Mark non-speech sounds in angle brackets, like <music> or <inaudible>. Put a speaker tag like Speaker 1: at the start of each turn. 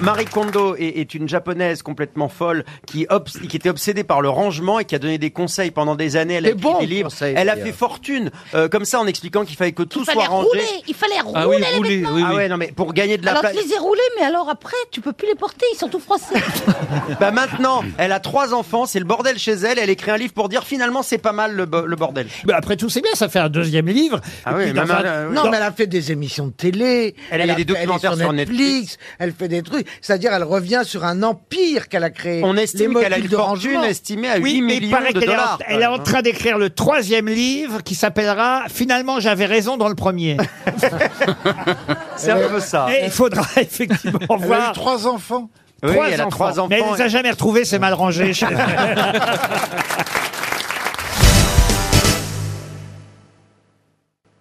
Speaker 1: Marie Kondo est, est une japonaise complètement folle qui, obs- qui était obsédée par le rangement et qui a donné des conseils pendant des années. Elle a
Speaker 2: Des
Speaker 1: écrit
Speaker 2: bons
Speaker 1: des livres.
Speaker 2: conseils,
Speaker 1: Elle a
Speaker 2: d'ailleurs.
Speaker 1: fait fortune euh, comme ça en expliquant qu'il fallait que tout
Speaker 3: Il fallait
Speaker 1: soit rangé.
Speaker 3: rouler, il fallait rouler
Speaker 4: Ah oui,
Speaker 3: les
Speaker 4: rouler,
Speaker 3: vêtements.
Speaker 4: oui, oui.
Speaker 1: Ah ouais, non mais pour gagner de la
Speaker 3: Alors
Speaker 1: place.
Speaker 3: tu les ai roulés, mais alors après, tu peux plus les porter, ils sont
Speaker 4: <laughs>
Speaker 3: tout froissés.
Speaker 1: Bah maintenant, elle a trois enfants, c'est le bordel chez elle. Elle écrit un livre pour dire finalement c'est pas mal le, bo- le bordel.
Speaker 5: Bah, après tout, c'est bien, ça fait un deuxième livre.
Speaker 1: Ah
Speaker 5: Et
Speaker 1: oui,
Speaker 5: puis dans
Speaker 1: même
Speaker 5: un-
Speaker 1: un- oui.
Speaker 2: Non,
Speaker 5: dans-
Speaker 2: mais elle a fait des émissions de télé.
Speaker 1: Elle a eu des
Speaker 2: fait- est
Speaker 1: documentaires sur Netflix.
Speaker 2: Elle fait des trucs. C'est-à-dire, elle revient sur un empire qu'elle a créé.
Speaker 1: On
Speaker 2: Les
Speaker 1: estime
Speaker 2: motifs
Speaker 1: qu'elle a une
Speaker 2: de
Speaker 1: fortune
Speaker 2: rangement.
Speaker 1: estimée à 8
Speaker 5: Oui, mais il
Speaker 1: millions
Speaker 5: paraît
Speaker 1: de
Speaker 5: qu'elle est, en-
Speaker 1: dollars.
Speaker 5: elle est en train d'écrire le troisième livre qui s'appellera Finalement, j'avais raison dans le premier.
Speaker 1: C'est un peu ça.
Speaker 5: Et il faudra <laughs> effectivement
Speaker 6: Elle a eu
Speaker 5: voir.
Speaker 6: trois enfants.
Speaker 1: Oui,
Speaker 5: trois
Speaker 1: elle a trois
Speaker 5: Mais elle
Speaker 1: enfants.
Speaker 5: les a jamais retrouvés, c'est mal rangé.